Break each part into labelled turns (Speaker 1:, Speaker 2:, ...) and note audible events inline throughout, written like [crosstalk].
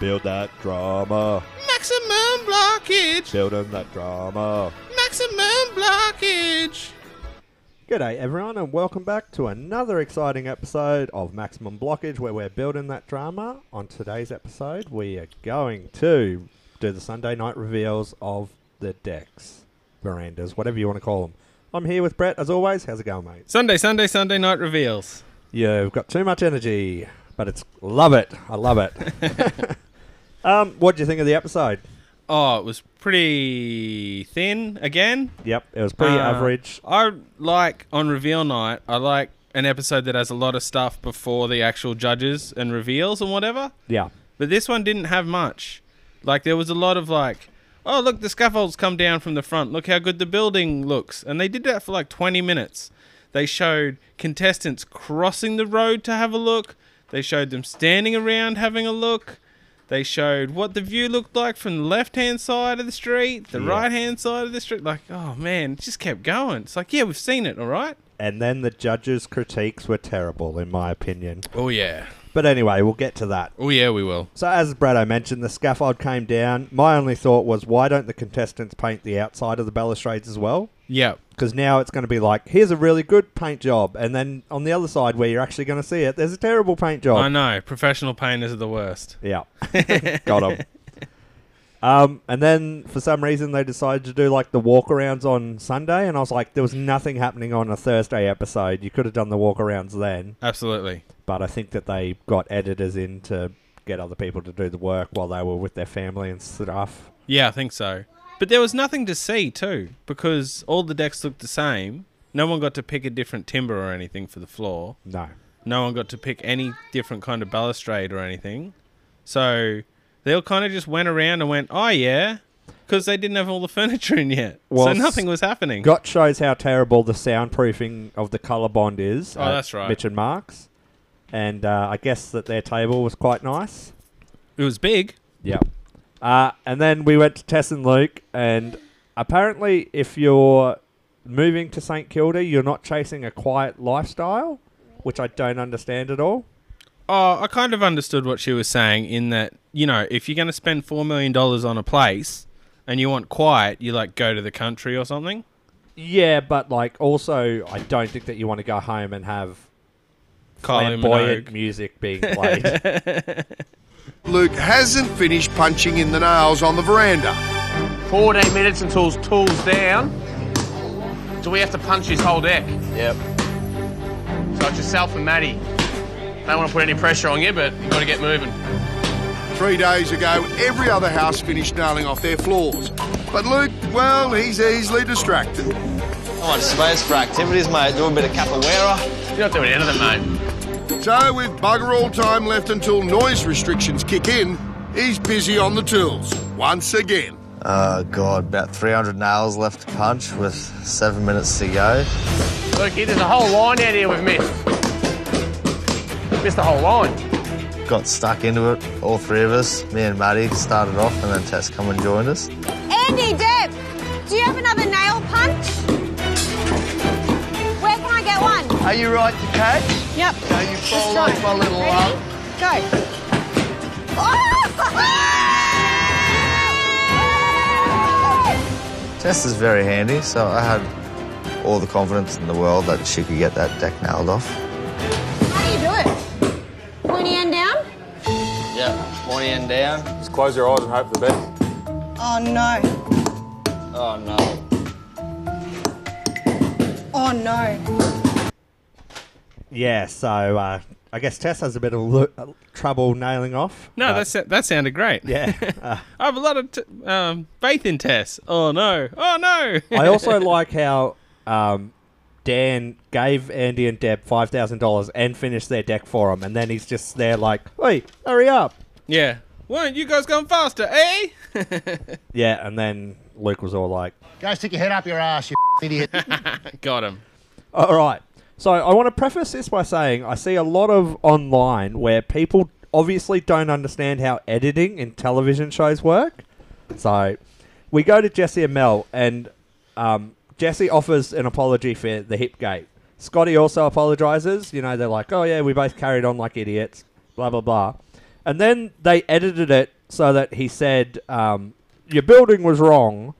Speaker 1: Build that drama.
Speaker 2: Maximum blockage.
Speaker 1: Building that drama.
Speaker 2: Maximum blockage.
Speaker 3: G'day everyone, and welcome back to another exciting episode of Maximum Blockage, where we're building that drama. On today's episode, we are going to do the Sunday night reveals of the decks, verandas, whatever you want to call them. I'm here with Brett, as always. How's it going, mate?
Speaker 2: Sunday, Sunday, Sunday night reveals.
Speaker 3: You've got too much energy, but it's love it. I love it. [laughs] um, what do you think of the episode?
Speaker 2: Oh, it was pretty thin again.
Speaker 3: Yep, it was pretty
Speaker 2: Uh,
Speaker 3: average.
Speaker 2: I like on reveal night. I like an episode that has a lot of stuff before the actual judges and reveals and whatever.
Speaker 3: Yeah,
Speaker 2: But this one didn't have much. Like there was a lot of like, oh look, the scaffolds come down from the front. Look how good the building looks. And they did that for like 20 minutes. They showed contestants crossing the road to have a look. They showed them standing around having a look. They showed what the view looked like from the left-hand side of the street, the
Speaker 3: Yeah.
Speaker 2: right-hand side of the street. Like, oh man, it just kept going. It's like, yeah, we've seen it, all right.
Speaker 3: and then the judges' critiques were terrible, in my opinion.
Speaker 2: Oh yeah,
Speaker 3: But anyway, we'll get to that.
Speaker 2: oh yeah, we will.
Speaker 3: So, as Brado mentioned, the scaffold came down. My only thought was, why don't the contestants paint the outside of the balustrades as well?
Speaker 2: Yeah,
Speaker 3: Because now it's going to be like, here's a really good paint job, and then on the other side where you're actually going to see it, there's a terrible paint job.
Speaker 2: I know. Professional painters are the worst.
Speaker 3: Yeah. Got him. Um, and then for some reason they decided to do like the walkarounds on Sunday, and I was like, there was nothing happening on a Thursday episode. You could have done the walkarounds then,
Speaker 2: Absolutely.
Speaker 3: but I think that they got editors in to get other people to do the work while they were with their family and stuff.
Speaker 2: Yeah, I think so. But there was nothing to see too, because all the decks looked the same. No one got to pick a different timber or anything for the floor.
Speaker 3: No.
Speaker 2: No one got to pick any different kind of balustrade or anything. So they all kind of just went around and went, "Oh yeah," because they didn't have all the [laughs] furniture in yet.
Speaker 3: Well,
Speaker 2: so
Speaker 3: s-
Speaker 2: nothing was happening.
Speaker 3: Got shows how terrible the soundproofing of the colour bond is.
Speaker 2: Oh,
Speaker 3: at
Speaker 2: that's right.
Speaker 3: Mitch and Mark's. And uh, I guess that their table was quite nice.
Speaker 2: it was big.
Speaker 3: Yep. Uh, and then we went to Tess and Luke, and apparently, if you're moving to St Kilda, you're not chasing a quiet lifestyle, which I don't understand at all.
Speaker 2: Oh, I kind of understood what she was saying in that, you know, if you're going to spend $4 million on a place and you want quiet, you like go to the country or something.
Speaker 3: Yeah, but like also, I don't think that you want to go home and have
Speaker 2: Kylie
Speaker 3: flamboyant
Speaker 2: Minogue.
Speaker 3: music
Speaker 2: [laughs]
Speaker 3: being played.
Speaker 4: Luke hasn't finished punching in the nails on the veranda.
Speaker 5: 14 minutes until his tool's down. So we have to punch his whole deck. Yep. So it's yourself and Maddie. Don't want to put any pressure on you, but you've got to get moving.
Speaker 4: Three days ago, every other house finished nailing off their floors. But Luke, well, he's easily distracted.
Speaker 6: How much space for activities, mate? Do a bit of capoeira.
Speaker 5: You're not doing anything, mate.
Speaker 4: So, with bugger all time left until noise restrictions kick in, he's busy on the tools once again.
Speaker 6: Oh, God, about 300 nails left to punch with seven minutes to go.
Speaker 5: Look, there's a whole line out here we've missed. Missed the whole line.
Speaker 6: Got stuck into it, all three of us. Me and Maddie started off, and then Tess come and joined us.
Speaker 7: Andy Depp, do you have another nail punch? Where can I get one?
Speaker 6: Are you right to catch?
Speaker 7: Yep.
Speaker 6: Now you fall
Speaker 7: Let's
Speaker 6: off
Speaker 7: go.
Speaker 6: my little
Speaker 7: Ready?
Speaker 6: love.
Speaker 7: Go. Oh!
Speaker 6: Tess is very handy, so I had all the confidence in the world that she could get that deck nailed off.
Speaker 7: How do you do it? Pointy end down?
Speaker 6: Yep, pointy end down. Just
Speaker 8: Oh no.
Speaker 6: oh no.
Speaker 8: Oh no.
Speaker 3: yeah, so uh, I guess Tess has a bit of lo- uh, trouble nailing off.
Speaker 2: No,
Speaker 3: but-
Speaker 2: that's, that sounded great.
Speaker 3: yeah.
Speaker 2: [laughs]
Speaker 3: Uh,
Speaker 2: I have a lot of t- um, faith in Tess. Oh no! Oh no!
Speaker 3: I also like how um, Dan gave Andy and Deb five thousand dollars and finished their deck for him, and then he's just there like, "Wait, hurry up!"
Speaker 2: [laughs] yeah. Weren't you guys going faster, eh?
Speaker 3: Yeah, and then Luke was all like,
Speaker 9: Go stick your head up your ass, you idiot.
Speaker 2: Got him.
Speaker 3: "All right." So I want to preface this by saying I see a lot of online where people obviously don't understand how editing in television shows work. So we go to Jesse and Mel, and um, Jesse offers an apology for the hip gate. Scotty also apologizes. You know, they're like, oh, yeah, we both carried on like idiots, blah, blah, blah. And then they edited it so that he said, um, "Your building was wrong,"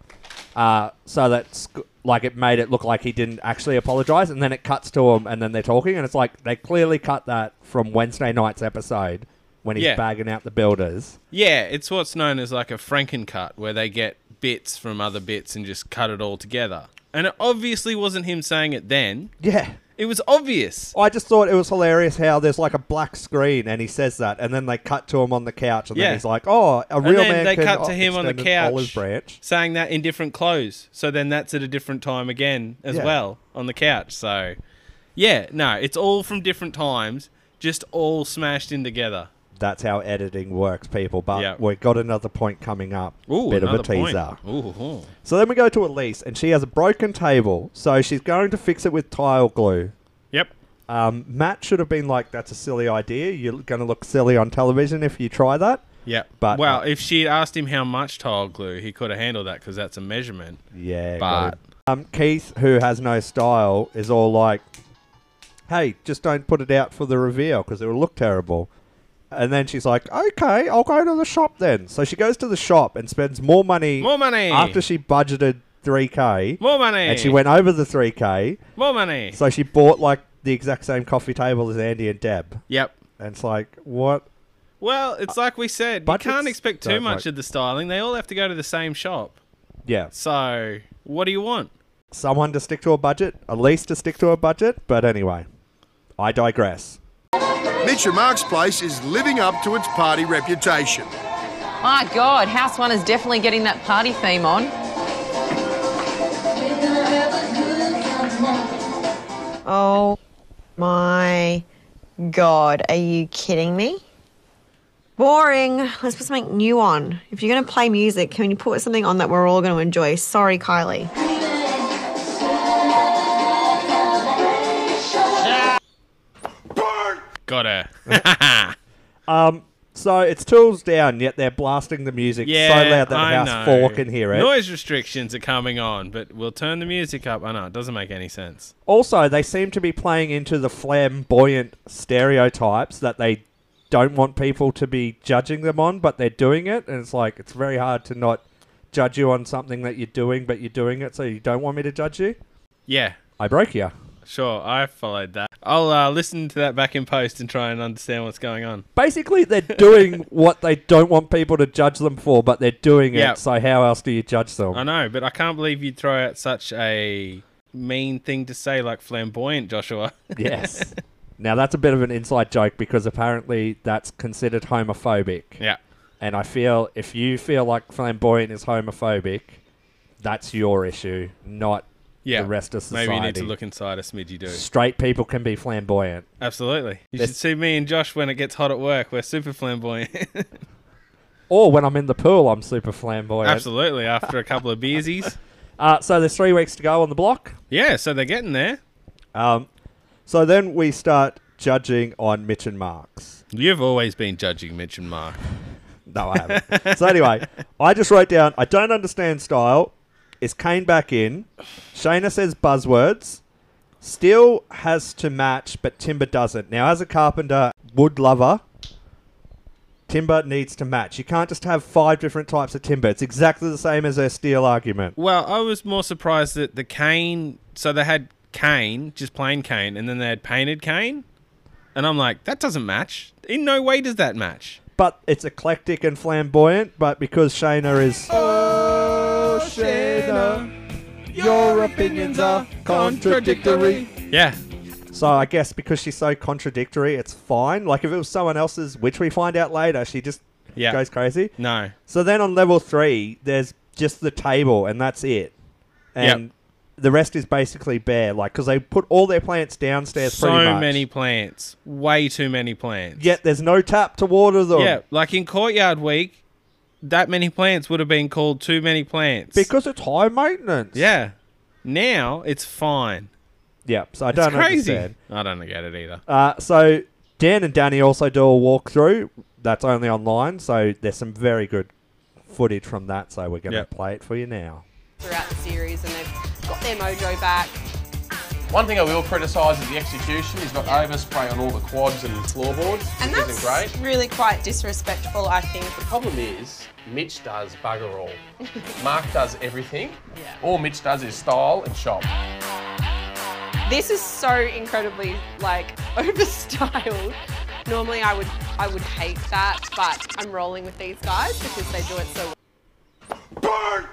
Speaker 3: uh, so that sc- like it made it look like he didn't actually apologize. And then it cuts to him, and then they're talking, and it's like they clearly cut that from Wednesday night's episode when he's
Speaker 2: Yeah.
Speaker 3: bagging out the builders.
Speaker 2: Yeah, it's what's known as like a Frankencut, where they get bits from other bits and just cut it all together. And it obviously wasn't him saying it then.
Speaker 3: Yeah.
Speaker 2: It was obvious.
Speaker 3: I just thought it was hilarious how there's like a black screen and he says that, and then they cut to him on the couch, and
Speaker 2: Yeah.
Speaker 3: then he's like, "Oh, a
Speaker 2: And
Speaker 3: real
Speaker 2: then
Speaker 3: man."
Speaker 2: they
Speaker 3: can
Speaker 2: cut to him on the
Speaker 3: extend an olive
Speaker 2: couch
Speaker 3: branch.
Speaker 2: saying that in different clothes. So then that's at a different time again as
Speaker 3: Yeah.
Speaker 2: well on the couch. So yeah, no, it's all from different times, just all smashed in together.
Speaker 3: That's how editing works, people. But
Speaker 2: Yeah.
Speaker 3: we've got another point coming up.
Speaker 2: Ooh,
Speaker 3: bit of
Speaker 2: another
Speaker 3: a teaser.
Speaker 2: Point. Ooh, ooh.
Speaker 3: So then we go to Elise, and she has a broken table, so she's going to fix it with tile glue.
Speaker 2: Yep.
Speaker 3: Um, Matt should have been like, "That's a silly idea. You're going to look silly on television if you try that."
Speaker 2: Yep.
Speaker 3: But- uh,
Speaker 2: well, if she had asked him how much tile glue, he could have handled that because that's a measurement.
Speaker 3: Yeah,
Speaker 2: But-
Speaker 3: got it. um, Keith, who has no style, is all like, "Hey, just don't put it out for the reveal because it will look terrible." And then she's like, "Okay, I'll go to the shop then." So she goes to the shop and spends more money.
Speaker 2: More money.
Speaker 3: after she budgeted three k.
Speaker 2: More money.
Speaker 3: And she went over the three k,
Speaker 2: More money.
Speaker 3: so she bought like the exact same coffee table as Andy and Deb.
Speaker 2: yep.
Speaker 3: And it's like, what?
Speaker 2: Well, it's like we said, you
Speaker 3: budgets
Speaker 2: can't expect too
Speaker 3: don't
Speaker 2: much
Speaker 3: like-
Speaker 2: of the styling. They all have to go to the same shop.
Speaker 3: Yeah,
Speaker 2: So, what do you want?
Speaker 3: someone to stick to a budget, Elise to stick to a budget. But anyway, I digress.
Speaker 4: Mitch and Mark's place is living up to its party reputation.
Speaker 10: My God, House One is definitely getting that party theme on.
Speaker 11: Oh my god, are you kidding me? Boring. Let's put something new on. If you're going to play music, can you put something on that we're all going to enjoy? Sorry, Kylie.
Speaker 2: Got her.
Speaker 3: Um, so it's tools down, yet they're blasting the music
Speaker 2: yeah,
Speaker 3: so loud that
Speaker 2: I
Speaker 3: House
Speaker 2: know.
Speaker 3: Four can hear it.
Speaker 2: Noise restrictions are coming on, but we'll turn the music up. I know it doesn't make any sense.
Speaker 3: Also, they seem to be playing into the flamboyant stereotypes that they don't want people to be judging them on, but they're doing it, and it's like it's very hard to not judge you on something that you're doing, but you're doing it, so you don't want me to judge you.
Speaker 2: Yeah,
Speaker 3: I broke you.
Speaker 2: sure, I followed that. I'll uh, listen to that back in post and try and understand what's going on.
Speaker 3: Basically, they're
Speaker 2: [laughs]
Speaker 3: doing what they don't want people to judge them for, but they're doing
Speaker 2: Yeah.
Speaker 3: it. So how else do you judge them?
Speaker 2: I know, but I can't believe you'd throw out such a mean thing to say like flamboyant, Joshua. [laughs]
Speaker 3: Yes. [laughs] now that's a bit of an inside joke because apparently that's considered homophobic.
Speaker 2: yeah.
Speaker 3: And I feel if you feel like flamboyant is homophobic, that's your issue, not
Speaker 2: Yeah.
Speaker 3: the rest of society.
Speaker 2: Maybe you need to look inside a smidge you do.
Speaker 3: Straight people can be flamboyant.
Speaker 2: Absolutely. You
Speaker 3: This-
Speaker 2: should see me and Josh when it gets hot at work. We're super flamboyant. [laughs]
Speaker 3: Or when I'm in the pool, I'm super flamboyant.
Speaker 2: Absolutely. After a couple of beersies.
Speaker 3: Uh, so there's three weeks to go on the block.
Speaker 2: Yeah, so they're getting there.
Speaker 3: Um, so then we start judging on Mitch and Marks.
Speaker 2: You've always been judging Mitch and Mark.
Speaker 3: No, I haven't. so anyway, I just wrote down. I don't understand style. Is Kane back in? Shayna says buzzwords. Steel has to match, but timber doesn't. Now, as a carpenter, wood lover, timber needs to match. You can't just have five different types of timber. It's exactly the same as her steel argument.
Speaker 2: Well, I was more surprised that the cane. So they had cane, just plain cane, and then they had painted cane. And I'm like, that doesn't match. In no way does that match.
Speaker 3: But it's eclectic and flamboyant. But because Shayna is. Oh, Shayna, your opinions are contradictory.
Speaker 2: Yeah.
Speaker 3: So I guess because she's so contradictory, it's fine. Like if it was someone else's, which we find out later, she just
Speaker 2: Yeah.
Speaker 3: goes crazy.
Speaker 2: No.
Speaker 3: So then on level three, there's just the table and that's it,
Speaker 2: Yep.
Speaker 3: and the rest is basically bare. Like because they put all their plants downstairs.
Speaker 2: so
Speaker 3: pretty much.
Speaker 2: many plants. Way too many plants.
Speaker 3: Yet there's no tap to water them.
Speaker 2: Yeah, like in Courtyard Week, that many plants would have been called too many plants.
Speaker 3: Because it's high maintenance.
Speaker 2: yeah, now it's fine.
Speaker 3: Yeah. So I
Speaker 2: It's
Speaker 3: don't
Speaker 2: crazy.
Speaker 3: understand.
Speaker 2: I don't get it either.
Speaker 3: Uh, so Dan and Danny also do a walkthrough. That's only online, so there's some very good footage from that. So we're going to
Speaker 2: Yep.
Speaker 3: play it for you now.
Speaker 12: throughout the series and they've got their mojo back.
Speaker 5: One thing I will criticise is the execution. He's got overspray on all the quads and floorboards,
Speaker 12: And
Speaker 5: which isn't
Speaker 12: that's
Speaker 5: great.
Speaker 12: really quite disrespectful, I think.
Speaker 5: The problem is, Mitch does bugger all. Mark does everything. All Mitch does is style and shop.
Speaker 12: This is so incredibly like [laughs] overstyled. Normally I would I would hate that, but I'm rolling with these guys because they do it so well.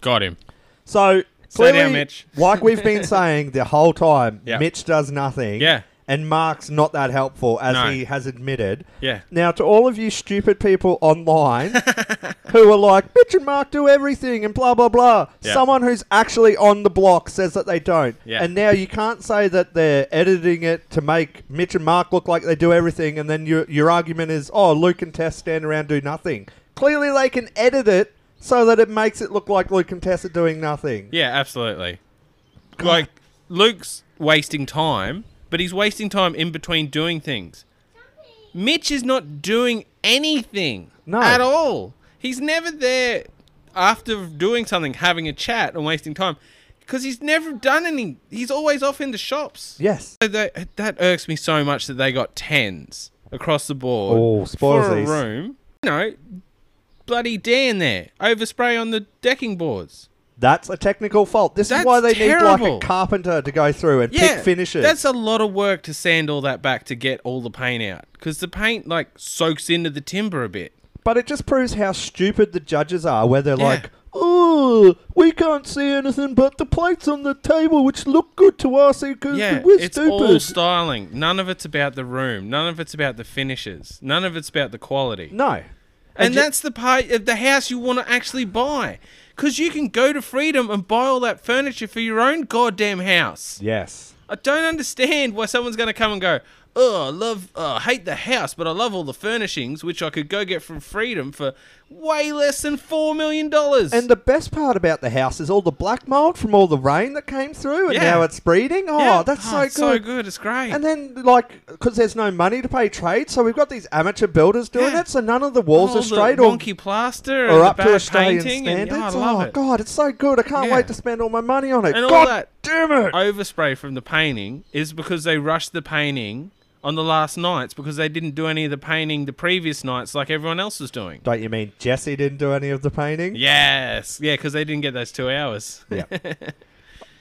Speaker 2: Got him.
Speaker 3: So
Speaker 2: Slow down,
Speaker 3: clearly,
Speaker 2: Mitch.
Speaker 3: [laughs] like we've been saying the whole time,
Speaker 2: Yeah.
Speaker 3: Mitch does nothing.
Speaker 2: Yeah.
Speaker 3: And Mark's not that helpful, as
Speaker 2: No.
Speaker 3: he has admitted.
Speaker 2: Yeah.
Speaker 3: Now, to all of you stupid people online
Speaker 2: [laughs]
Speaker 3: who are like, Mitch and Mark do everything and blah, blah, blah,
Speaker 2: Yeah.
Speaker 3: someone who's actually on the block says that they don't.
Speaker 2: Yeah.
Speaker 3: And now you can't say that they're editing it to make Mitch and Mark look like they do everything, and then your, your argument is, oh, Luke and Tess stand around do nothing. Clearly, they can edit it so that it makes it look like Luke and Tess are doing nothing.
Speaker 2: Yeah, absolutely. Like Luke's wasting time, but he's wasting time in between doing things. Mitch is not doing anything
Speaker 3: No.
Speaker 2: at all. He's never there after doing something, having a chat and wasting time because he's never done any. He's always off in the shops.
Speaker 3: Yes.
Speaker 2: That, that irks me so much that they got tens across the board
Speaker 3: Oh,
Speaker 2: for a
Speaker 3: spoilsies.
Speaker 2: room. You know, bloody Dan there, overspray on the decking boards.
Speaker 3: That's a technical fault. This is
Speaker 2: That's
Speaker 3: why they need
Speaker 2: terrible.
Speaker 3: like a carpenter to go through and pick finishes.
Speaker 2: That's a lot of work to sand all that back to get all the paint out because the paint like soaks into the timber a bit.
Speaker 3: But it just proves how stupid the judges are, where they're like, oh, we can't see anything but the plates on the table, which look good to us because
Speaker 2: Yeah,
Speaker 3: we're
Speaker 2: it's
Speaker 3: stupid.
Speaker 2: all styling. None of it's about the room. None of it's about the finishes. None of it's about the quality.
Speaker 3: No.
Speaker 2: And
Speaker 3: ju-
Speaker 2: that's the part of the house you want to actually buy. Because you can go to Freedom and buy all that furniture for your own goddamn house.
Speaker 3: yes.
Speaker 2: I don't understand why someone's going to come and go, oh, I love, oh, I hate the house, but I love all the furnishings, which I could go get from Freedom for way less than $4 million.
Speaker 3: And the best part about the house is all the black mold from all the rain that came through, and
Speaker 2: Yeah.
Speaker 3: now it's breeding. Oh,
Speaker 2: Yeah.
Speaker 3: that's
Speaker 2: Oh,
Speaker 3: so good.
Speaker 2: it's so good. It's great.
Speaker 3: And then, like, because there's no money to pay trade, so we've got these amateur builders doing it, so none of the walls
Speaker 2: All
Speaker 3: are straight
Speaker 2: the
Speaker 3: or
Speaker 2: wonky plaster and
Speaker 3: or
Speaker 2: the
Speaker 3: up to
Speaker 2: bad
Speaker 3: Australian
Speaker 2: painting
Speaker 3: standards.
Speaker 2: And, oh,
Speaker 3: oh
Speaker 2: I love it.
Speaker 3: god, it's so good! I can't
Speaker 2: Yeah.
Speaker 3: wait to spend all my money on it.
Speaker 2: And all
Speaker 3: god
Speaker 2: that
Speaker 3: damn it!
Speaker 2: overspray from the painting is because they rushed the painting on the last nights because they didn't do any of the painting the previous nights like everyone else was doing.
Speaker 3: Don't you mean Jesse didn't do any of the painting?
Speaker 2: Yes, yeah, because they didn't get those two hours.
Speaker 3: Yeah.
Speaker 2: [laughs] but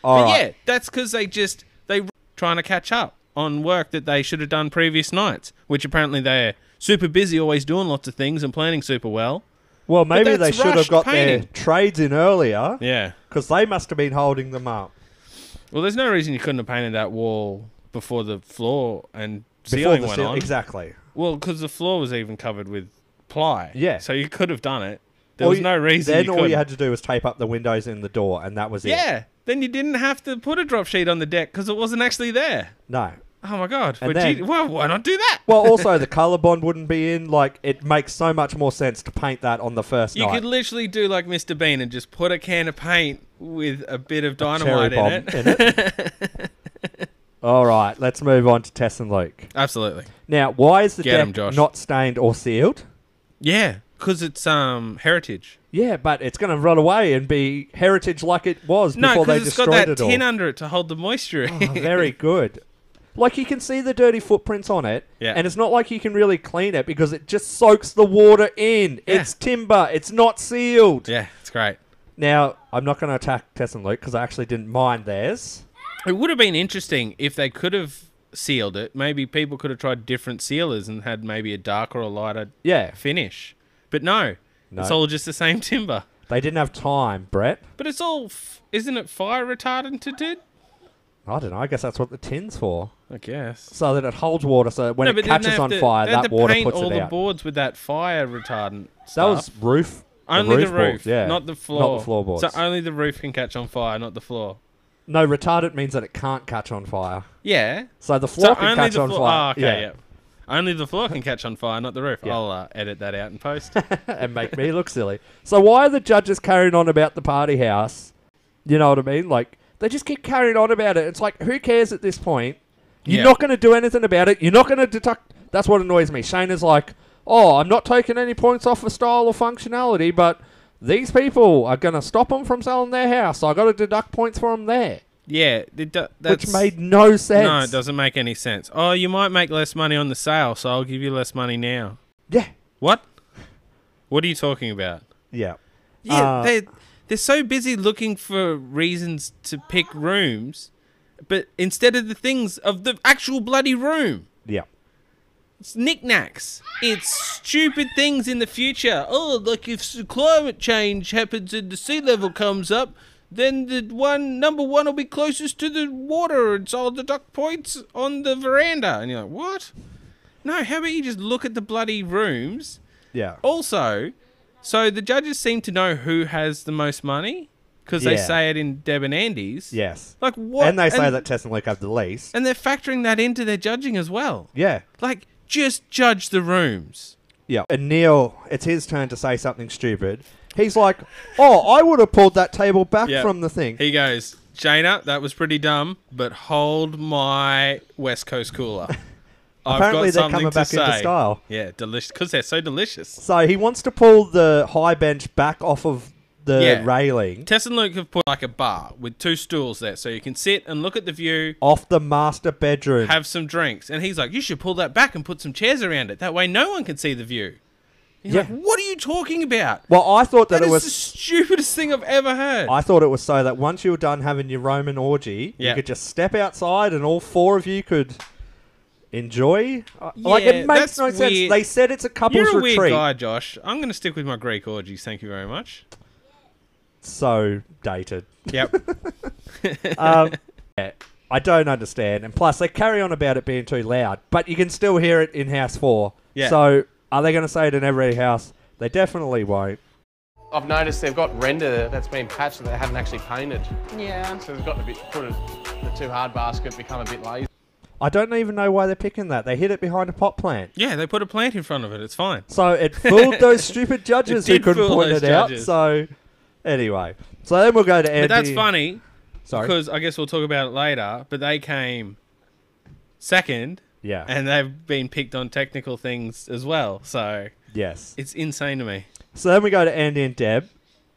Speaker 3: All right.
Speaker 2: yeah, that's because they just they were trying to catch up on work that they should have done previous nights, which apparently they're super busy, always doing lots of things and planning super well.
Speaker 3: Well,
Speaker 2: But
Speaker 3: maybe they
Speaker 2: that's
Speaker 3: should have
Speaker 2: rushed
Speaker 3: got
Speaker 2: painting.
Speaker 3: their trades in earlier.
Speaker 2: Yeah.
Speaker 3: because they must have been holding them up
Speaker 2: Well, there's no reason you couldn't have painted that wall before the floor and
Speaker 3: before
Speaker 2: ceiling
Speaker 3: the
Speaker 2: went
Speaker 3: seal-
Speaker 2: on.
Speaker 3: Exactly.
Speaker 2: Well, because the floor was even covered with ply.
Speaker 3: Yeah.
Speaker 2: So you could have done it. There
Speaker 3: All
Speaker 2: was
Speaker 3: you-
Speaker 2: no reason.
Speaker 3: Then
Speaker 2: you
Speaker 3: all you
Speaker 2: couldn't.
Speaker 3: had to do was tape up the windows and the door, and that was it.
Speaker 2: Yeah. Then you didn't have to put a drop sheet on the deck because it wasn't actually there.
Speaker 3: No.
Speaker 2: Oh my god.
Speaker 3: And
Speaker 2: But
Speaker 3: then-
Speaker 2: gee, well, why not do that?
Speaker 3: Well, also the color bond wouldn't be in. Like, it makes so much more sense to paint that on the first
Speaker 2: You
Speaker 3: night.
Speaker 2: could literally do like Mr. Bean and just put a can of paint with a bit of
Speaker 3: cherry
Speaker 2: dynamite in
Speaker 3: bomb
Speaker 2: it.
Speaker 3: in
Speaker 2: [laughs]
Speaker 3: All right, let's move on to Tess and Luke.
Speaker 2: Absolutely.
Speaker 3: Now, why is the
Speaker 2: Get 'em,
Speaker 3: deck
Speaker 2: Josh.
Speaker 3: not stained or sealed?
Speaker 2: Yeah, because it's um heritage.
Speaker 3: Yeah, but it's going to run away and be heritage like it was
Speaker 2: No,
Speaker 3: before they
Speaker 2: because it's
Speaker 3: destroyed
Speaker 2: got that
Speaker 3: it all.
Speaker 2: tin under it to hold the moisture. in.
Speaker 3: Oh, very good. Like you can see the dirty footprints on it,
Speaker 2: Yeah.
Speaker 3: and it's not like you can really clean it because it just soaks the water in. It's timber. It's not sealed.
Speaker 2: [laughs] yeah, it's great.
Speaker 3: Now, I'm not going to attack Tess and Luke because I actually didn't mind theirs.
Speaker 2: It would have been interesting if they could have sealed it. Maybe people could have tried different sealers and had maybe a darker or lighter
Speaker 3: Yeah.
Speaker 2: finish. But no,
Speaker 3: No.
Speaker 2: it's all just the same timber.
Speaker 3: They didn't have time, Brett.
Speaker 2: But it's all, f- isn't it fire retardant to did?
Speaker 3: I don't know. I guess that's what the tin's for.
Speaker 2: I guess.
Speaker 3: So that it holds water, so that when it
Speaker 2: didn't they
Speaker 3: catches
Speaker 2: have
Speaker 3: on
Speaker 2: to-
Speaker 3: fire,
Speaker 2: they had
Speaker 3: that
Speaker 2: to
Speaker 3: water
Speaker 2: paint
Speaker 3: puts
Speaker 2: all
Speaker 3: it
Speaker 2: the
Speaker 3: out.
Speaker 2: boards with that fire retardant
Speaker 3: That
Speaker 2: stuff.
Speaker 3: was roof.
Speaker 2: only the roof,
Speaker 3: boards, yeah.
Speaker 2: not the floor.
Speaker 3: Not the floorboards.
Speaker 2: So uh, only the roof can catch on fire, not the floor.
Speaker 3: no, retarded means that it can't catch on fire.
Speaker 2: Yeah.
Speaker 3: So the floor can
Speaker 2: only
Speaker 3: catch
Speaker 2: the
Speaker 3: on
Speaker 2: floor-
Speaker 3: fire.
Speaker 2: Oh, okay, yeah. Only the floor can catch on fire, not the roof.
Speaker 3: Yeah.
Speaker 2: I'll uh, edit that out and post.
Speaker 3: [laughs] and make me look silly. So why are the judges carrying on about the party house? You know what I mean? Like they just keep carrying on about it. It's like who cares at this point? You're
Speaker 2: Yeah.
Speaker 3: not going to do anything about it. You're not going to deduct. That's what annoys me. Shane is like, oh, I'm not taking any points off for style or functionality, but these people are going to stop them from selling their house. So I got to deduct points for them there.
Speaker 2: Yeah, it do-
Speaker 3: Which
Speaker 2: that's,
Speaker 3: made no
Speaker 2: No,
Speaker 3: sense.
Speaker 2: it doesn't make any sense. Oh, you might make less money on the sale, so I'll give you less money now.
Speaker 3: Yeah.
Speaker 2: What? What are you talking about?
Speaker 3: Yeah.
Speaker 2: Yeah,
Speaker 3: Uh,
Speaker 2: they they're so busy looking for reasons to pick rooms, but instead of the things of the actual bloody room.
Speaker 3: Yeah.
Speaker 2: It's knickknacks. It's stupid things in the future. Oh, like if s- climate change happens and the sea level comes up, then the one number one will be closest to the water. It's all the duck points on the veranda, and you're like, what? No, how about you just look at the bloody rooms?
Speaker 3: Yeah.
Speaker 2: Oh. Also, so the judges seem to know who has the most money because they
Speaker 3: Yeah.
Speaker 2: say it in Deb and Andy's.
Speaker 3: Yes.
Speaker 2: Like what?
Speaker 3: And they say that Tess and Luke have the least.
Speaker 2: and they're factoring that into their judging as well.
Speaker 3: Yeah.
Speaker 2: Like just judge the rooms.
Speaker 3: Yeah. And Neil, it's his turn to say something stupid. He's like, "Oh, I would have pulled that table back
Speaker 2: Yeah.
Speaker 3: from the thing."
Speaker 2: He goes, Shayna, that was pretty dumb, but hold my West
Speaker 3: [laughs]
Speaker 2: Coast cooler. I've
Speaker 3: Apparently
Speaker 2: got
Speaker 3: they're
Speaker 2: something
Speaker 3: coming
Speaker 2: to
Speaker 3: back into
Speaker 2: say.
Speaker 3: style.
Speaker 2: Yeah, delicious because they're so delicious.
Speaker 3: So he wants to pull the high bench back off of the
Speaker 2: Yeah.
Speaker 3: railing
Speaker 2: Tess and Luke have put like a bar with two stools there, so you can sit and look at the view,
Speaker 3: off the master bedroom.
Speaker 2: have some drinks. And he's like, You should pull that back and put some chairs around it. That way no one can see the view. He's
Speaker 3: Yeah.
Speaker 2: like, What are you talking about?
Speaker 3: well, I thought that, it
Speaker 2: That is
Speaker 3: was
Speaker 2: the stupidest thing I've ever heard.
Speaker 3: I thought it was so that once you were done having your Roman orgy,
Speaker 2: Yeah.
Speaker 3: you could just step outside and all four of you could enjoy. Uh, like it
Speaker 2: Yeah,
Speaker 3: makes
Speaker 2: that's
Speaker 3: no sense.
Speaker 2: weird.
Speaker 3: They said it's a couples
Speaker 2: You're a
Speaker 3: retreat.
Speaker 2: weird guy, Josh. I'm going to stick with my Greek orgies. Thank you very much.
Speaker 3: So dated. [laughs]
Speaker 2: Yep.
Speaker 3: Um, yeah, I don't understand. And plus, they carry on about it being too loud, but you can still hear it in house four.
Speaker 5: Yeah.
Speaker 3: So are they going to say it in every house? They definitely won't.
Speaker 5: I've noticed they've got render that's been patched that they haven't actually painted.
Speaker 12: Yeah.
Speaker 5: So they've got a bit, put a, the too hard basket, become a bit lazy.
Speaker 3: I don't even know why they're picking that. They hid it behind a pot plant.
Speaker 2: Yeah, they put a plant in front of it. It's fine.
Speaker 3: So
Speaker 2: [laughs]
Speaker 3: it fooled those stupid judges
Speaker 2: It
Speaker 3: who
Speaker 2: did
Speaker 3: couldn't
Speaker 2: fool
Speaker 3: point
Speaker 2: those
Speaker 3: it out.
Speaker 2: judges.
Speaker 3: So anyway, so then we'll go to Andy.
Speaker 2: But that's funny.
Speaker 3: Sorry.
Speaker 2: Because I guess we'll talk about it later. But they came second.
Speaker 3: Yeah.
Speaker 2: And they've been picked on technical things as well. So
Speaker 3: Yes.
Speaker 2: it's insane to me.
Speaker 3: So then we go to Andy and Deb,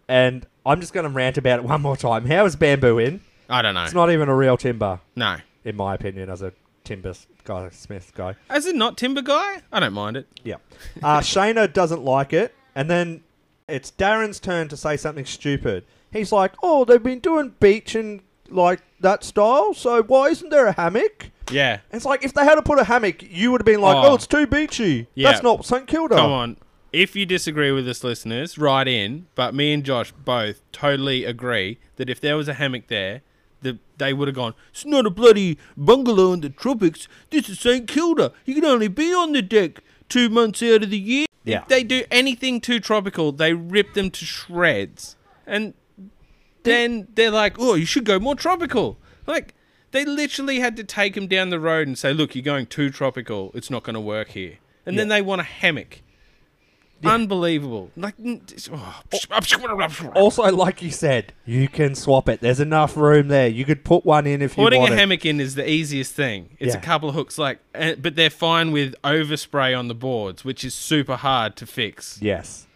Speaker 3: and I'm just going to rant about it one more time. How is bamboo in?
Speaker 2: I don't know.
Speaker 3: It's not even a real timber.
Speaker 2: No.
Speaker 3: In my opinion, as a timber s- guy, smith guy.
Speaker 2: As a not timber guy, I don't mind it.
Speaker 3: Yeah. Uh, [laughs] Shayna doesn't like it, and then it's Darren's turn to say something stupid. He's like, "Oh, they've been doing beach and like that style, so why isn't there a hammock?"
Speaker 2: Yeah.
Speaker 3: It's like if they had to put a hammock, you would have been like, "Oh,
Speaker 2: Oh.
Speaker 3: it's too beachy.
Speaker 2: Yeah.
Speaker 3: That's not St Kilda."
Speaker 2: Come on. If you disagree with us, listeners, write in. But me and Josh both totally agree that if there was a hammock there, the, they would have gone, It's not a bloody bungalow in the tropics. This is St. Kilda. You can only be on the deck two months out of the year.
Speaker 3: Yeah.
Speaker 2: If they do anything too tropical, they rip them to shreds. And then they're like, Oh, you should go more tropical. Like, they literally had to take him down the road and say, Look, you're going too tropical. It's not going to work here. And then they want a hammock. Unbelievable. Like, n- it's- oh,
Speaker 3: Also, like Oh, you said, you can swap it. There's enough room there. You could put one in if you
Speaker 2: putting
Speaker 3: want
Speaker 2: a
Speaker 3: it.
Speaker 2: hammock in is the easiest thing. It's
Speaker 3: Yeah.
Speaker 2: a couple of hooks, like, uh, but they're fine with overspray on the boards, which is super hard to fix.
Speaker 3: Yes.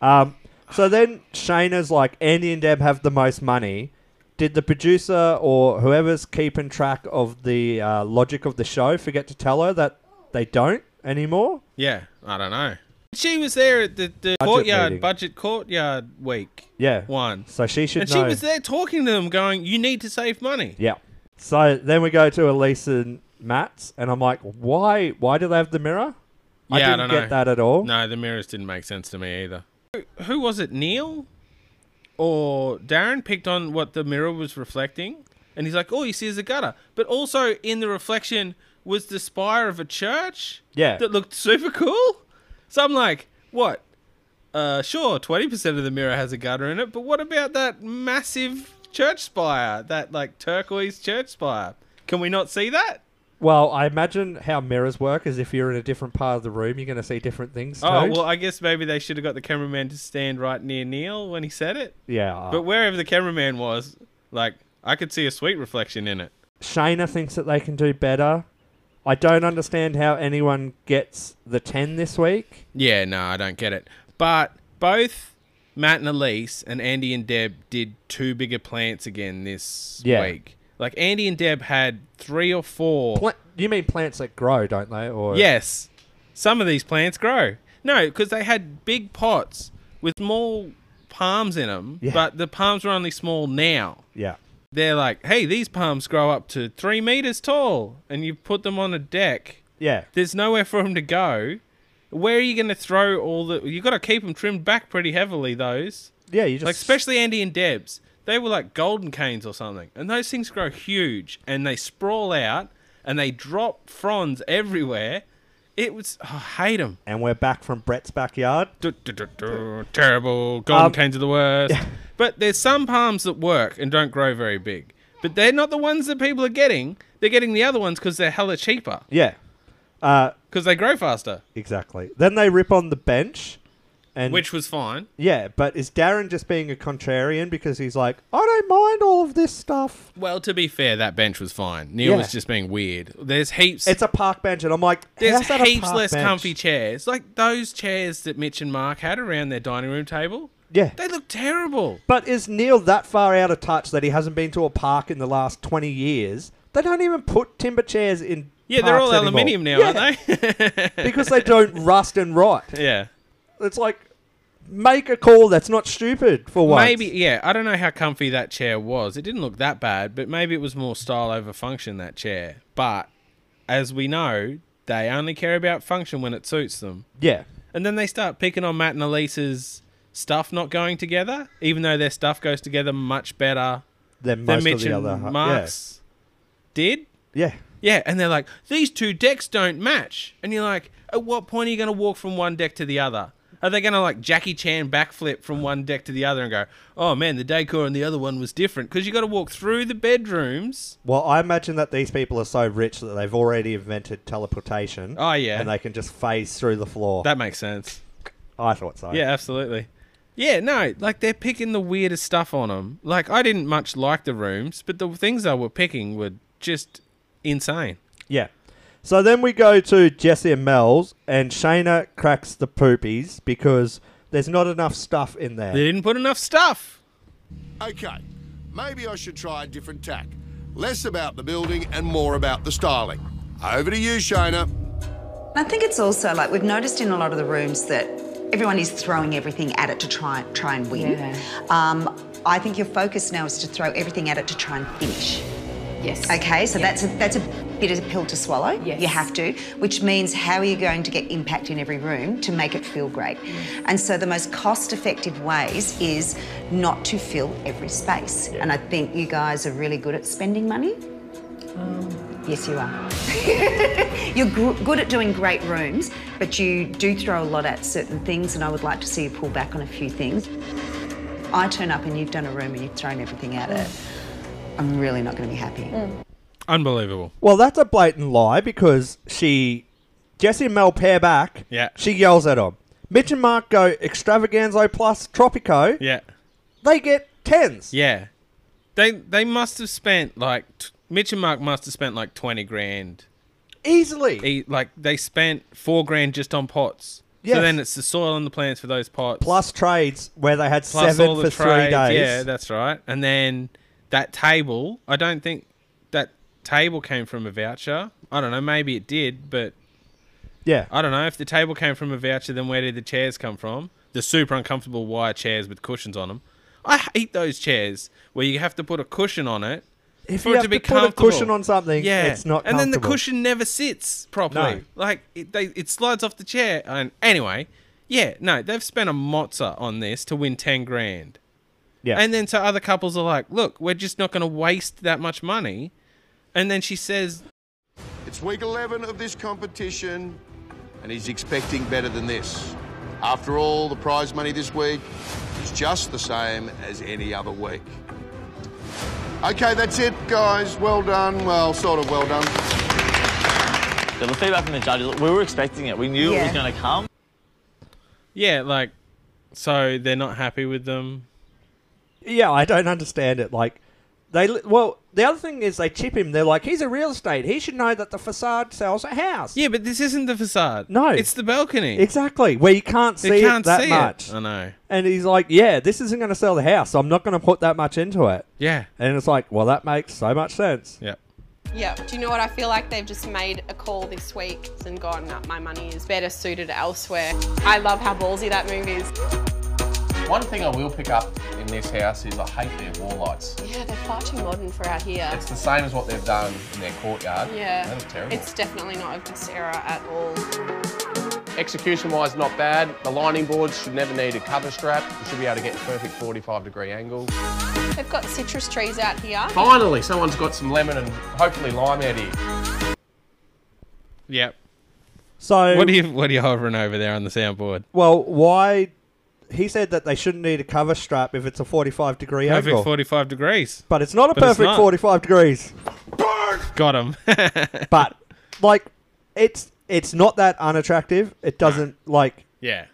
Speaker 3: Um, so then Shayna's like, Andy and Deb have the most money. Did the producer or whoever's keeping track of the uh, logic of the show forget to tell her that they don't anymore?
Speaker 2: Yeah, I don't know. She was there at the, the
Speaker 3: Budget
Speaker 2: courtyard
Speaker 3: meeting.
Speaker 2: budget courtyard week.
Speaker 3: Yeah.
Speaker 2: one.
Speaker 3: So she should
Speaker 2: and
Speaker 3: know.
Speaker 2: she was there talking to them, going, "You need to save money."
Speaker 3: Yeah. So then we go to Elise and Matt's, and I'm like, why? Why do they have the mirror? I
Speaker 2: Yeah, I
Speaker 3: didn't
Speaker 2: don't know.
Speaker 3: get that at all.
Speaker 2: No, the mirrors didn't make sense to me either. Who- Who was it, Neil or Darren? Picked on what the mirror was reflecting, and he's like, "All you see is a gutter," but also in the reflection was the spire of a church.
Speaker 3: Yeah.
Speaker 2: that looked super cool. So I'm like, "What? Uh, sure, twenty percent of the mirror has a gutter in it, but what about that massive church spire? That like turquoise church spire? Can we not see that?"
Speaker 3: Well, I imagine how mirrors work is if you're in a different part of the room, you're going to see different things.
Speaker 2: Oh
Speaker 3: too.
Speaker 2: well, I guess maybe they should have got the cameraman to stand right near Neil when he said it.
Speaker 3: Yeah.
Speaker 2: But wherever the cameraman was, like I could see a sweet reflection in it.
Speaker 3: Shayna thinks that they can do better. I don't understand how anyone gets the 10 this week.
Speaker 2: Yeah, no, I don't get it. But both Matt and Elise and Andy and Deb did two bigger plants again this
Speaker 3: Yeah.
Speaker 2: week. Like Andy and Deb had three or four.
Speaker 3: Pla- you mean plants that grow, don't they? Or
Speaker 2: Yes. Some of these plants grow. No, because they had big pots with small palms in them, but the palms are only small now.
Speaker 3: Yeah.
Speaker 2: They're like, hey, these palms grow up to three meters tall, and you put them on a deck.
Speaker 3: Yeah.
Speaker 2: There's nowhere for them to go. Where are you going to throw all the? You got to keep them trimmed back pretty heavily. Those.
Speaker 3: Yeah, you
Speaker 2: like
Speaker 3: just-
Speaker 2: especially Andy and Deb's. They were like golden canes or something, and those things grow huge and they sprawl out and they drop fronds everywhere. It was oh, I hate them.
Speaker 3: And we're back from Brett's backyard.
Speaker 2: terrible golden
Speaker 3: Um,
Speaker 2: canes are the worst. [laughs] But there's some palms that work and don't grow very big. But they're not the ones that people are getting. They're getting the other ones because they're hella cheaper
Speaker 3: Yeah. Uh,
Speaker 2: because they grow faster,
Speaker 3: exactly. Then they rip on the bench, and
Speaker 2: which was fine.
Speaker 3: yeah. But is Darren just being a contrarian because he's like, I don't mind all of this stuff.
Speaker 2: Well, to be fair, that bench was fine. Neil
Speaker 3: Yeah.
Speaker 2: was just being weird. There's heaps.
Speaker 3: It's a park bench, and I'm like,
Speaker 2: there's
Speaker 3: how's that a
Speaker 2: heaps
Speaker 3: park
Speaker 2: less
Speaker 3: bench?
Speaker 2: comfy chairs, like those chairs that Mitch and Mark had around their dining room table.
Speaker 3: Yeah.
Speaker 2: They look terrible.
Speaker 3: But is Neil that far out of touch that he hasn't been to a park in the last 20 years? They don't even put timber chairs in.
Speaker 2: Yeah, they're all
Speaker 3: parks anymore.
Speaker 2: aluminium now, aren't they? [laughs]
Speaker 3: Yeah, because they don't rust and rot.
Speaker 2: yeah.
Speaker 3: It's like, make a call that's not stupid for once.
Speaker 2: Maybe, yeah. I don't know how comfy that chair was. It didn't look that bad, but maybe it was more style over function, that chair. But as we know, they only care about function when it suits them.
Speaker 3: Yeah.
Speaker 2: And then they start picking on Matt and Elise's stuff not going together, even though their stuff goes together much better
Speaker 3: Than most
Speaker 2: than
Speaker 3: of
Speaker 2: Mitch
Speaker 3: the
Speaker 2: and
Speaker 3: other hu-
Speaker 2: Mark's did.
Speaker 3: Yeah.
Speaker 2: Yeah, and they're like, these two decks don't match. And you're like, at what point are you going to walk from one deck to the other? Are they going to like Jackie Chan backflip from one deck to the other and go, oh man, the decor on the other one was different? Because you got to walk through the bedrooms.
Speaker 3: Well, I imagine that these people are so rich that they've already invented teleportation.
Speaker 2: Oh, yeah.
Speaker 3: And they can just phase through the floor.
Speaker 2: That makes sense.
Speaker 3: I thought so.
Speaker 2: Yeah, absolutely. Yeah, no, like they're picking the weirdest stuff on them. Like I didn't much like the rooms, but the things they were picking were just insane.
Speaker 3: Yeah. So then we go to Jesse and Mel's, and Shayna cracks the poopies because there's not enough stuff in there.
Speaker 2: They didn't put enough stuff.
Speaker 4: Okay, maybe I should try a different tack. Less about the building and more about the styling. Over to you, Shayna.
Speaker 13: I think it's also like we've noticed in a lot of the rooms that everyone is throwing everything at it to try try and win.
Speaker 14: Yeah.
Speaker 13: Um, I think your focus now is to throw everything at it to try and finish.
Speaker 14: Yes.
Speaker 13: Okay, so
Speaker 14: Yeah.
Speaker 13: that's a, that's a bit of a pill to swallow.
Speaker 14: Yes.
Speaker 13: You have to, which means how are you going to get impact in every room to make it feel great?
Speaker 14: Mm.
Speaker 13: And so the most cost-effective ways is not to fill every space. And I think you guys are really good at spending money.
Speaker 14: Um.
Speaker 13: Yes, you are. [laughs] You're gr- good at doing great rooms, but you do throw a lot at certain things, and I would like to see you pull back on a few things. I turn up and you've done a room and you've thrown everything at it.
Speaker 14: Mm.
Speaker 13: I'm really not going to be happy.
Speaker 2: Unbelievable.
Speaker 3: Well, that's a blatant lie because she, Jesse and Mel pair back.
Speaker 2: Yeah.
Speaker 3: She yells at them. Mitch and Mark go extravaganzo plus Tropico.
Speaker 2: Yeah.
Speaker 3: They get tens.
Speaker 2: Yeah. They they must have spent like t- Mitch and Mark must have spent like 20 grand.
Speaker 3: Easily.
Speaker 2: E- like they spent 4 grand just on pots.
Speaker 3: Yes.
Speaker 2: So then it's the soil and the plants for those pots.
Speaker 3: Plus trades where they had
Speaker 2: plus
Speaker 3: seven
Speaker 2: all
Speaker 3: for
Speaker 2: the
Speaker 3: three
Speaker 2: trades.
Speaker 3: days.
Speaker 2: Yeah, that's right. And then that table, I don't think that table came from a voucher. I don't know, maybe it did, but
Speaker 3: Yeah.
Speaker 2: I don't know if the table came from a voucher then where did the chairs come from? The super uncomfortable wire chairs with cushions on them. I hate those chairs where you have to put a cushion on it
Speaker 3: If
Speaker 2: for
Speaker 3: you
Speaker 2: it
Speaker 3: have
Speaker 2: to be
Speaker 3: to put a
Speaker 2: comfortable.
Speaker 3: cushion on something,
Speaker 2: Yeah,
Speaker 3: it's not
Speaker 2: and then the
Speaker 3: comfortable.
Speaker 2: cushion never sits properly.
Speaker 3: No.
Speaker 2: Like it, they, it slides off the chair. And anyway, yeah, no, they've spent a mozza on this to win ten grand.
Speaker 3: Yeah.
Speaker 2: and then so other couples are like, look, we're just not going to waste that much money. And then she says,
Speaker 4: It's week 11 of this competition, and he's expecting better than this. After all, the prize money this week is just the same as any other week. Okay, that's it, guys. Well done. Well, sort of well done.
Speaker 15: The feedback from the judges, look, we were expecting it. We knew it was
Speaker 4: Yeah.
Speaker 15: going to come.
Speaker 2: yeah, like, so they're not happy with them.
Speaker 3: Yeah, I don't understand it. Like, They li- well, the other thing is they chip him. They're like, he's a real estate. He should know that the facade sells a house.
Speaker 2: Yeah, but this isn't the facade.
Speaker 3: No,
Speaker 2: it's the balcony.
Speaker 3: Exactly where you can't
Speaker 2: They
Speaker 3: see it
Speaker 2: can't
Speaker 3: that
Speaker 2: see it. Uh.
Speaker 3: much.
Speaker 2: I know.
Speaker 3: And he's like, yeah, this isn't going to sell the house. So I'm not going to put that much into it.
Speaker 2: Yeah.
Speaker 3: And it's like, well, that makes so much sense.
Speaker 2: Yeah.
Speaker 12: Yeah. Do you know what? I feel like they've just made a call this week and gone, "Nah, my money is better suited elsewhere. I love how ballsy that movie is.
Speaker 5: One thing I will pick up in this house is I hate their wall lights.
Speaker 12: Yeah, they're far too modern for out here.
Speaker 5: It's the same as what they've done in their courtyard.
Speaker 12: Yeah.
Speaker 5: That was terrible.
Speaker 12: It's definitely not of this era at all.
Speaker 5: Execution wise, not bad. The lining boards should never need a cover strap. You should be able to get perfect 45 degree angle.
Speaker 12: They've got citrus trees out here.
Speaker 5: Finally, someone's got some lemon and hopefully lime out here.
Speaker 2: Yep.
Speaker 3: So
Speaker 2: What are you What are you hovering over there on the soundboard?
Speaker 3: Well, why? He said that they shouldn't need a cover strap if it's a 45 degree
Speaker 2: Perfect
Speaker 3: angle.
Speaker 2: 45 degrees.
Speaker 3: but it's not a
Speaker 2: But it's
Speaker 3: perfect
Speaker 2: not.
Speaker 3: 45
Speaker 2: [laughs]
Speaker 3: degrees.
Speaker 2: Got him.
Speaker 3: but like, it's it's not that unattractive. It doesn't like.
Speaker 2: [laughs] Yeah.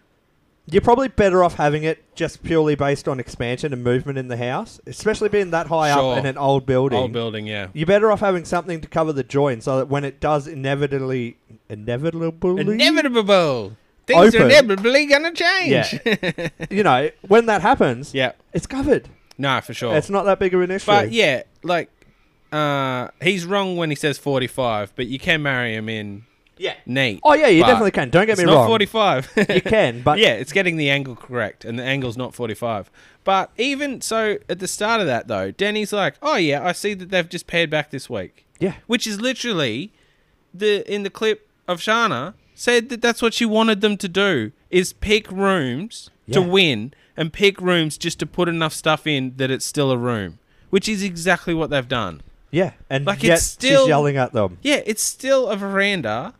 Speaker 3: You're probably better off having it just purely based on expansion and movement in the house, especially being that high
Speaker 2: Sure.
Speaker 3: up in an old building.
Speaker 2: Old building, yeah.
Speaker 3: You're better off having something to cover the joint so that when it does inevitably, inevitably,
Speaker 2: Inevitable. Things are
Speaker 3: Open.
Speaker 2: inevitably gonna change. [laughs]
Speaker 3: Yeah. you know, when that happens,
Speaker 2: yeah,
Speaker 3: it's covered.
Speaker 2: no, for sure.
Speaker 3: It's not that big of an issue.
Speaker 2: But yeah, like uh he's wrong when he says 45, but you can marry him in
Speaker 3: Yeah.
Speaker 2: neat.
Speaker 3: Oh, yeah, you
Speaker 2: But
Speaker 3: definitely can. Don't get
Speaker 2: it's
Speaker 3: me
Speaker 2: not
Speaker 3: wrong.
Speaker 2: 45.
Speaker 3: You
Speaker 2: [laughs]
Speaker 3: can, but-
Speaker 2: yeah, it's getting the angle correct and the angle's not 45. But even so at the start of that though, Denny's like, "Oh yeah, I see that they've just paired back this week."
Speaker 3: Yeah.
Speaker 2: Which is literally the in the clip of Shana said that that's what she wanted them to do is pick rooms to
Speaker 14: Yeah.
Speaker 2: win and pick rooms just to put enough stuff in that it's still a room, which is exactly what they've done.
Speaker 3: Yeah, and
Speaker 2: Like,
Speaker 3: yet
Speaker 2: it's still-
Speaker 3: she's yelling at them.
Speaker 2: Yeah, it's still a veranda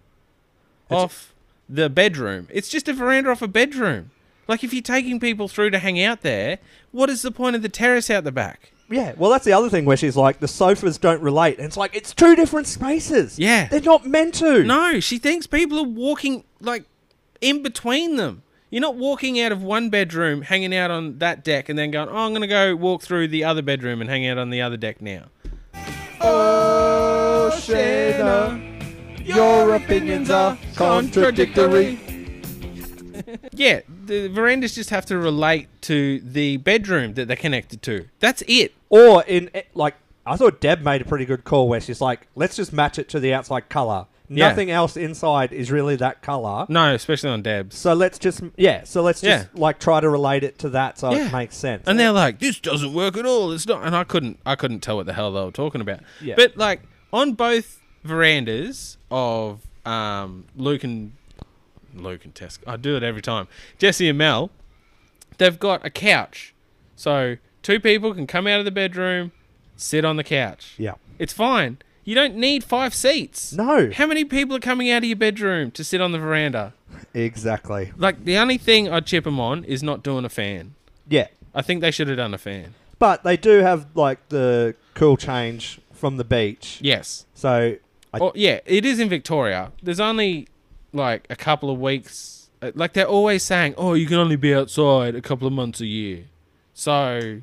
Speaker 2: off the bedroom. It's just a veranda off a bedroom. Like if you're taking people through to hang out there, what is the point of the terrace out the back?
Speaker 3: Yeah, well, that's the other thing where she's like, the sofas don't relate. And it's like, it's two different spaces.
Speaker 2: Yeah.
Speaker 3: They're not meant to.
Speaker 2: No, she thinks people are walking like in between them. You're not walking out of one bedroom, hanging out on that deck, and then going, "Oh, I'm going to go walk through the other bedroom and hang out on the other deck now."
Speaker 1: Oh, your opinions are contradictory.
Speaker 2: [laughs] Yeah, the verandas just have to relate to the bedroom that they're connected to. That's it.
Speaker 3: Or in, eh, like, I thought Deb made a pretty good call where she's like, let's just match it to the outside color.
Speaker 2: Yeah.
Speaker 3: Nothing else inside is really that color.
Speaker 2: No, especially on Dabs.
Speaker 3: So let's just, yeah, so let's just,
Speaker 2: Yeah.
Speaker 3: like, try to relate it to that so
Speaker 2: Yeah.
Speaker 3: it makes sense.
Speaker 2: And they're like, "This doesn't work at all. It's not." And I couldn't, I couldn't tell what the hell they were talking about.
Speaker 3: Yeah.
Speaker 2: But like on both verandas of um, Luke and Luke and Tess, I do it every time. Jesse and Mel, they've got a couch, so two people can come out of the bedroom, sit on the couch.
Speaker 3: Yeah.
Speaker 2: It's fine. You don't need five seats.
Speaker 3: No.
Speaker 2: How many people are coming out of your bedroom to sit on the veranda?
Speaker 3: Exactly.
Speaker 2: Like the only thing I'd chip them on is not doing a fan.
Speaker 3: Yeah.
Speaker 2: I think they should have done a fan.
Speaker 3: But they do have, like, the cool change from the beach.
Speaker 2: Yes.
Speaker 3: So, I,
Speaker 2: Oh yeah, it is in Victoria. There's only like a couple of weeks. uh, Like they're always saying, "Oh, you can only be outside a couple of months a year." So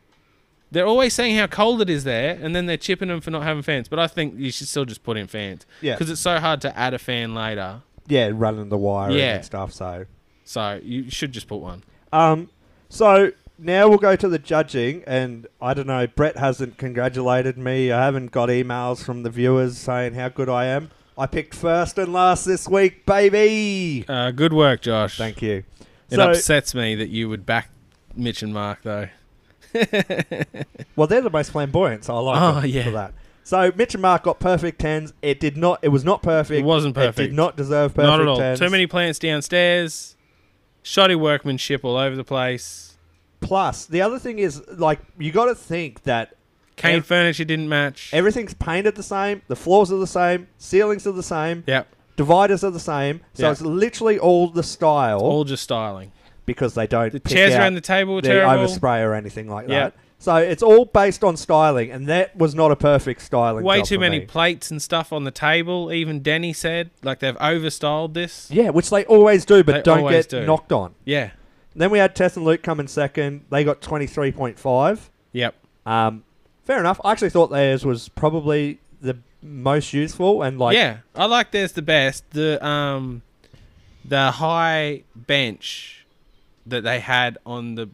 Speaker 2: they're always saying how cold it is there, and then they're chipping them for not having fans. But I think you should still just put in fans.
Speaker 3: Yeah.
Speaker 2: Because it's so hard to add a fan later.
Speaker 3: yeah, running the wire
Speaker 2: Yeah.
Speaker 3: and stuff, so...
Speaker 2: So you should just put one.
Speaker 3: Um, so now we'll go to the judging, and I don't know. Brett hasn't congratulated me. I haven't got emails from the viewers saying how good I am. I picked first and last this week, baby.
Speaker 2: Uh, good work, Josh.
Speaker 3: Thank you.
Speaker 2: It
Speaker 3: So-
Speaker 2: upsets me that you would back Mitch and Mark though.
Speaker 3: Well, they're the most flamboyant, so I like
Speaker 2: Oh,
Speaker 3: them
Speaker 2: yeah.
Speaker 3: for that. So Mitch and Mark got perfect tens. It did not. It was not perfect.
Speaker 2: It wasn't perfect.
Speaker 3: It did not deserve perfect
Speaker 2: Not at all.
Speaker 3: tens.
Speaker 2: Too many plants downstairs. Shoddy workmanship all over the place.
Speaker 3: Plus, the other thing is like you got to think that
Speaker 2: Cane
Speaker 3: ev-
Speaker 2: furniture didn't match.
Speaker 3: everything's painted the same. The floors are the same. Ceilings are the same.
Speaker 2: Yep.
Speaker 3: Dividers are the same, so
Speaker 2: Yeah.
Speaker 3: it's literally all the style.
Speaker 2: All just styling.
Speaker 3: because they don't. The
Speaker 2: chairs around the table were
Speaker 3: the
Speaker 2: terrible.
Speaker 3: overspray or anything like
Speaker 2: Yeah.
Speaker 3: that. So it's all based on styling, and that was not a perfect styling.
Speaker 2: Way
Speaker 3: job
Speaker 2: too
Speaker 3: for
Speaker 2: many
Speaker 3: me.
Speaker 2: plates and stuff on the table. Even Denny said, like they've overstyled this.
Speaker 3: Yeah, which they always do, but
Speaker 2: They
Speaker 3: don't
Speaker 2: always
Speaker 3: get
Speaker 2: do.
Speaker 3: knocked on.
Speaker 2: Yeah.
Speaker 3: Then we had Tess and Luke come in second. They got twenty three point five.
Speaker 2: Yep.
Speaker 3: Um, Fair enough. I actually thought theirs was probably the most useful and like
Speaker 2: yeah, I like theirs the best. The um, the high bench that they had on the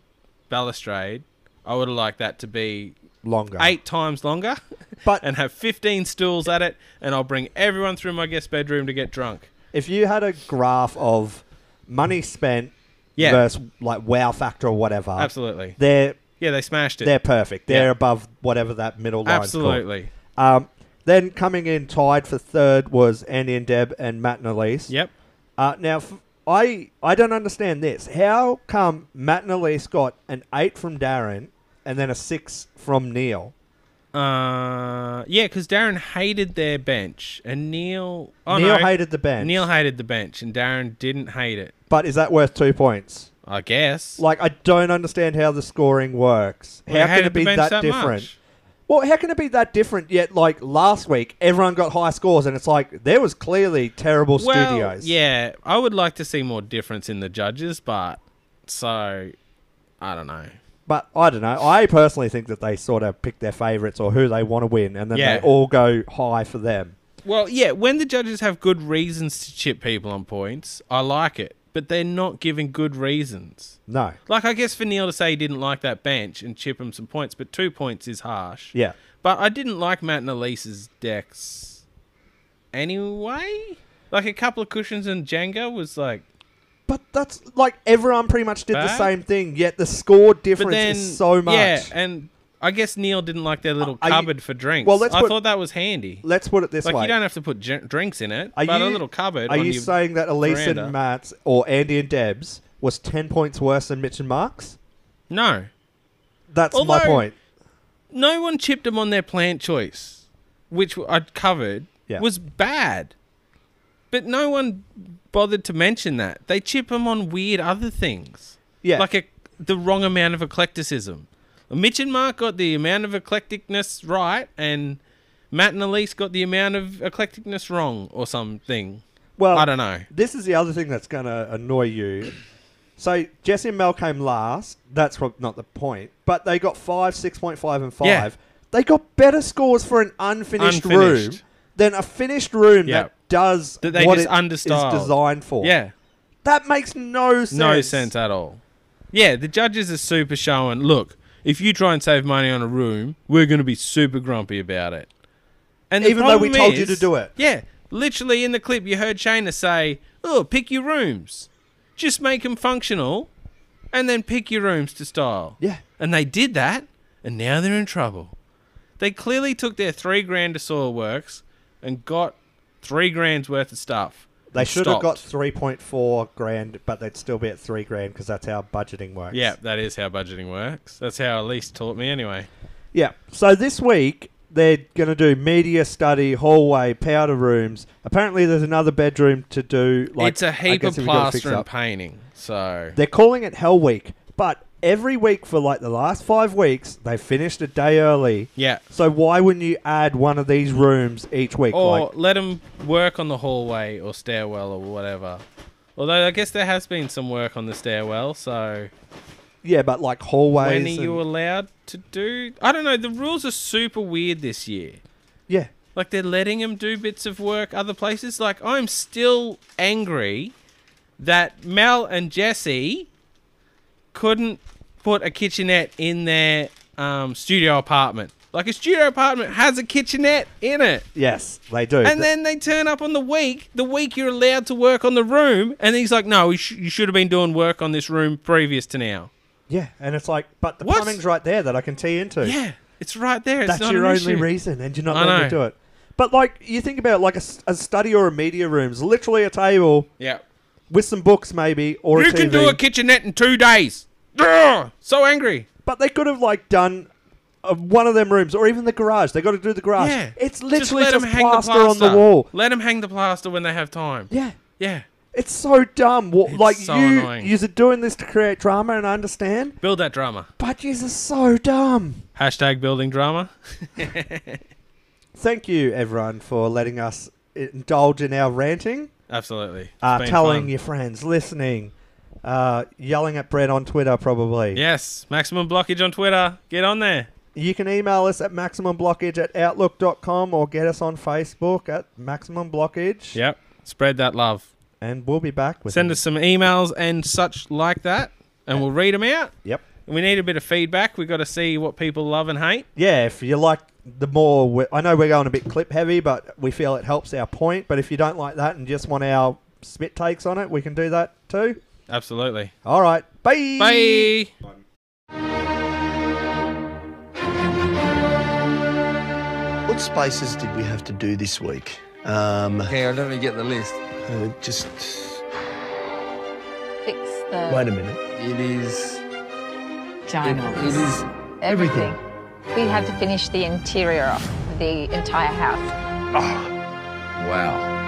Speaker 2: balustrade, I would have liked that to be
Speaker 3: longer.
Speaker 2: eight times longer, [laughs] but and have fifteen stools at it, and I'll bring everyone through my guest bedroom to get drunk.
Speaker 3: If you had a graph of money spent
Speaker 2: Yeah.
Speaker 3: versus like wow factor or whatever,
Speaker 2: Absolutely.
Speaker 3: they're
Speaker 2: Yeah, they smashed it.
Speaker 3: they're perfect. They're
Speaker 2: Yeah.
Speaker 3: above whatever that middle line.
Speaker 2: Absolutely.
Speaker 3: Um, then coming in tied for third was Andy and Deb and Matt and Elise.
Speaker 2: Yep.
Speaker 3: Uh, now f- I I don't understand this. How come Matt and Elise got an eight from Darren and then a six from Neil?
Speaker 2: Uh, yeah, because Darren hated their bench, and Neil. Oh,
Speaker 3: Neil
Speaker 2: no.
Speaker 3: hated the bench.
Speaker 2: Neil hated the bench, and Darren didn't hate it.
Speaker 3: But is that worth two points?
Speaker 2: I guess.
Speaker 3: Like I don't understand how the scoring works.
Speaker 2: Well, they
Speaker 3: how can
Speaker 2: hated
Speaker 3: it
Speaker 2: the
Speaker 3: be
Speaker 2: bench
Speaker 3: that,
Speaker 2: that
Speaker 3: different?
Speaker 2: much.
Speaker 3: Well, how can it be that different? Yet, like last week, everyone got high scores, and it's like there was clearly terrible
Speaker 2: Well,
Speaker 3: studios.
Speaker 2: yeah, I would like to see more difference in the judges, but so I don't know.
Speaker 3: But I don't know. I personally think that they sort of pick their favourites or who they want to win, and then
Speaker 2: Yeah.
Speaker 3: they all go high for them.
Speaker 2: Well, yeah, when the judges have good reasons to chip people on points, I like it, but they're not giving good reasons.
Speaker 3: No.
Speaker 2: Like, I guess for Neil to say he didn't like that bench and chip him some points, but two points is harsh.
Speaker 3: Yeah.
Speaker 2: But I didn't like Matt and Elise's decks anyway. Like, a couple of cushions and Jenga was like.
Speaker 3: But that's like everyone pretty much did the
Speaker 2: Bad?
Speaker 3: same thing. Yet the score
Speaker 2: But
Speaker 3: difference
Speaker 2: then.
Speaker 3: is so much.
Speaker 2: Yeah, and I guess Neil didn't like their little
Speaker 3: Are you-
Speaker 2: cupboard for drinks.
Speaker 3: Well, let's
Speaker 2: I
Speaker 3: put-
Speaker 2: thought that was handy.
Speaker 3: Let's put it this
Speaker 2: like,
Speaker 3: way:
Speaker 2: you don't have to put j- drinks in it,
Speaker 3: Are
Speaker 2: but
Speaker 3: you,
Speaker 2: a little cupboard.
Speaker 3: Are
Speaker 2: on
Speaker 3: you
Speaker 2: your
Speaker 3: saying that Elise
Speaker 2: veranda.
Speaker 3: and Matt's or Andy and Deb's was ten points worse than Mitch and Mark's?
Speaker 2: No.
Speaker 3: That's my
Speaker 2: Although-
Speaker 3: point.
Speaker 2: no one chipped them on their plant choice, which I'd covered,
Speaker 3: Yeah.
Speaker 2: was bad. But no one bothered to mention that. They chip them on weird other things.
Speaker 3: Yeah.
Speaker 2: Like a, the wrong amount of eclecticism. Mitch and Mark got the amount of eclecticness right, and Matt and Elise got the amount of eclecticness wrong or something.
Speaker 3: Well,
Speaker 2: I don't know.
Speaker 3: This is the other thing that's going to annoy you. So Jesse and Mel came last. That's prob- not the point. But they got five, six point five, and five.
Speaker 2: Yeah.
Speaker 3: They got better scores for an unfinished, room
Speaker 2: Unfinished.
Speaker 3: than a finished room
Speaker 2: Yeah.
Speaker 3: that does
Speaker 2: That they
Speaker 3: what
Speaker 2: just
Speaker 3: it is
Speaker 2: understyled.
Speaker 3: designed for.
Speaker 2: Yeah.
Speaker 3: that makes no sense.
Speaker 2: No sense at all. Yeah, the judges are super showing. Look, if you try and save money on a room, we're going to be super grumpy about it. And the
Speaker 3: Even though we
Speaker 2: problem
Speaker 3: told you
Speaker 2: is-
Speaker 3: to do it.
Speaker 2: Yeah, literally in the clip, you heard Shayna say, "Oh, pick your rooms, just make them functional, and then pick your rooms to style."
Speaker 3: Yeah,
Speaker 2: and they did that, and now they're in trouble. They clearly took their three grand to Soil Works and got three grand's worth of stuff.
Speaker 3: They
Speaker 2: and
Speaker 3: should have
Speaker 2: stopped.
Speaker 3: got three point four grand, but they'd still be at three grand because that's how budgeting works.
Speaker 2: Yeah, that is how budgeting works. That's how Elise taught me anyway.
Speaker 3: Yeah. So this week they're going to do media study, hallway, powder rooms. Apparently, there's another bedroom to do. Like
Speaker 2: it's a
Speaker 3: I
Speaker 2: heap
Speaker 3: guess
Speaker 2: of
Speaker 3: if we gotta fix
Speaker 2: plaster and
Speaker 3: up.
Speaker 2: painting. So
Speaker 3: They're calling it Hell Week, but every week for like the last five weeks, they finished a day early.
Speaker 2: Yeah.
Speaker 3: So why wouldn't you add one of these rooms each week?
Speaker 2: or
Speaker 3: like,
Speaker 2: let them work on the hallway or stairwell or whatever. Although I guess there has been some work on the stairwell, so
Speaker 3: yeah, but like hallways.
Speaker 2: when are
Speaker 3: and-
Speaker 2: you allowed to do? I don't know. The rules are super weird this year.
Speaker 3: Yeah.
Speaker 2: Like they're letting him do bits of work other places. Like I'm still angry that Mel and Jesse couldn't put a kitchenette in their um, studio apartment. Like a studio apartment has a kitchenette in it.
Speaker 3: Yes, they do.
Speaker 2: And then they turn up on the week, the week you're allowed to work on the room, and he's like, "No, you, sh- you should have been doing work on this room previous to now."
Speaker 3: yeah, and it's like, but the
Speaker 2: What?
Speaker 3: plumbing's right there that I can tee into.
Speaker 2: Yeah, it's right there. It's
Speaker 3: that's
Speaker 2: not
Speaker 3: your
Speaker 2: an
Speaker 3: only
Speaker 2: issue.
Speaker 3: reason, and you're not
Speaker 2: I
Speaker 3: letting me
Speaker 2: know.
Speaker 3: do it. But like you think about like a, s- a study or a media room is literally a table
Speaker 2: Yeah.
Speaker 3: with some books maybe or
Speaker 2: you
Speaker 3: a TV.
Speaker 2: can do a kitchenette in two days. Ugh, so angry.
Speaker 3: but they could have like done uh, one of them rooms or even the garage. They got to do the garage.
Speaker 2: Yeah.
Speaker 3: It's literally
Speaker 2: let
Speaker 3: just,
Speaker 2: 'em
Speaker 3: plaster, on the wall.
Speaker 2: Let them hang the plaster when they have time.
Speaker 3: Yeah.
Speaker 2: Yeah.
Speaker 3: It's so dumb. What, like
Speaker 2: so
Speaker 3: you,
Speaker 2: annoying.
Speaker 3: you're doing this to create drama, and I understand.
Speaker 2: Build that drama.
Speaker 3: But yous are so dumb.
Speaker 2: Hashtag building drama.
Speaker 3: Thank you, everyone, for letting us indulge in our ranting.
Speaker 2: Absolutely. It's
Speaker 3: uh,
Speaker 2: been
Speaker 3: telling
Speaker 2: fun.
Speaker 3: your friends, listening, uh, yelling at Brett on Twitter, probably.
Speaker 2: Yes. Maximum blockage on Twitter. Get on there.
Speaker 3: You can email us at maximumblockage at outlook.com or get us on Facebook at Maximum Blockage.
Speaker 2: Yep. Spread that love.
Speaker 3: And we'll be back with
Speaker 2: Send us some emails and such like that, and we'll read them out.
Speaker 3: Yep.
Speaker 2: We need a bit of feedback. We've got to see what people love and hate.
Speaker 3: Yeah, if you like the more, we- I know we're going a bit clip heavy, but we feel it helps our point. But if you don't like that and just want our spit takes on it, we can do that too.
Speaker 2: Absolutely.
Speaker 3: All right. Bye.
Speaker 2: Bye.
Speaker 14: What spaces did we have to do this week? Um, okay, I don't even get the list. Uh, just
Speaker 10: Fix the.
Speaker 14: wait a minute. It is.
Speaker 10: Ginormous.
Speaker 14: It, it is everything.
Speaker 16: We had to finish the interior of the entire house.
Speaker 14: Wow.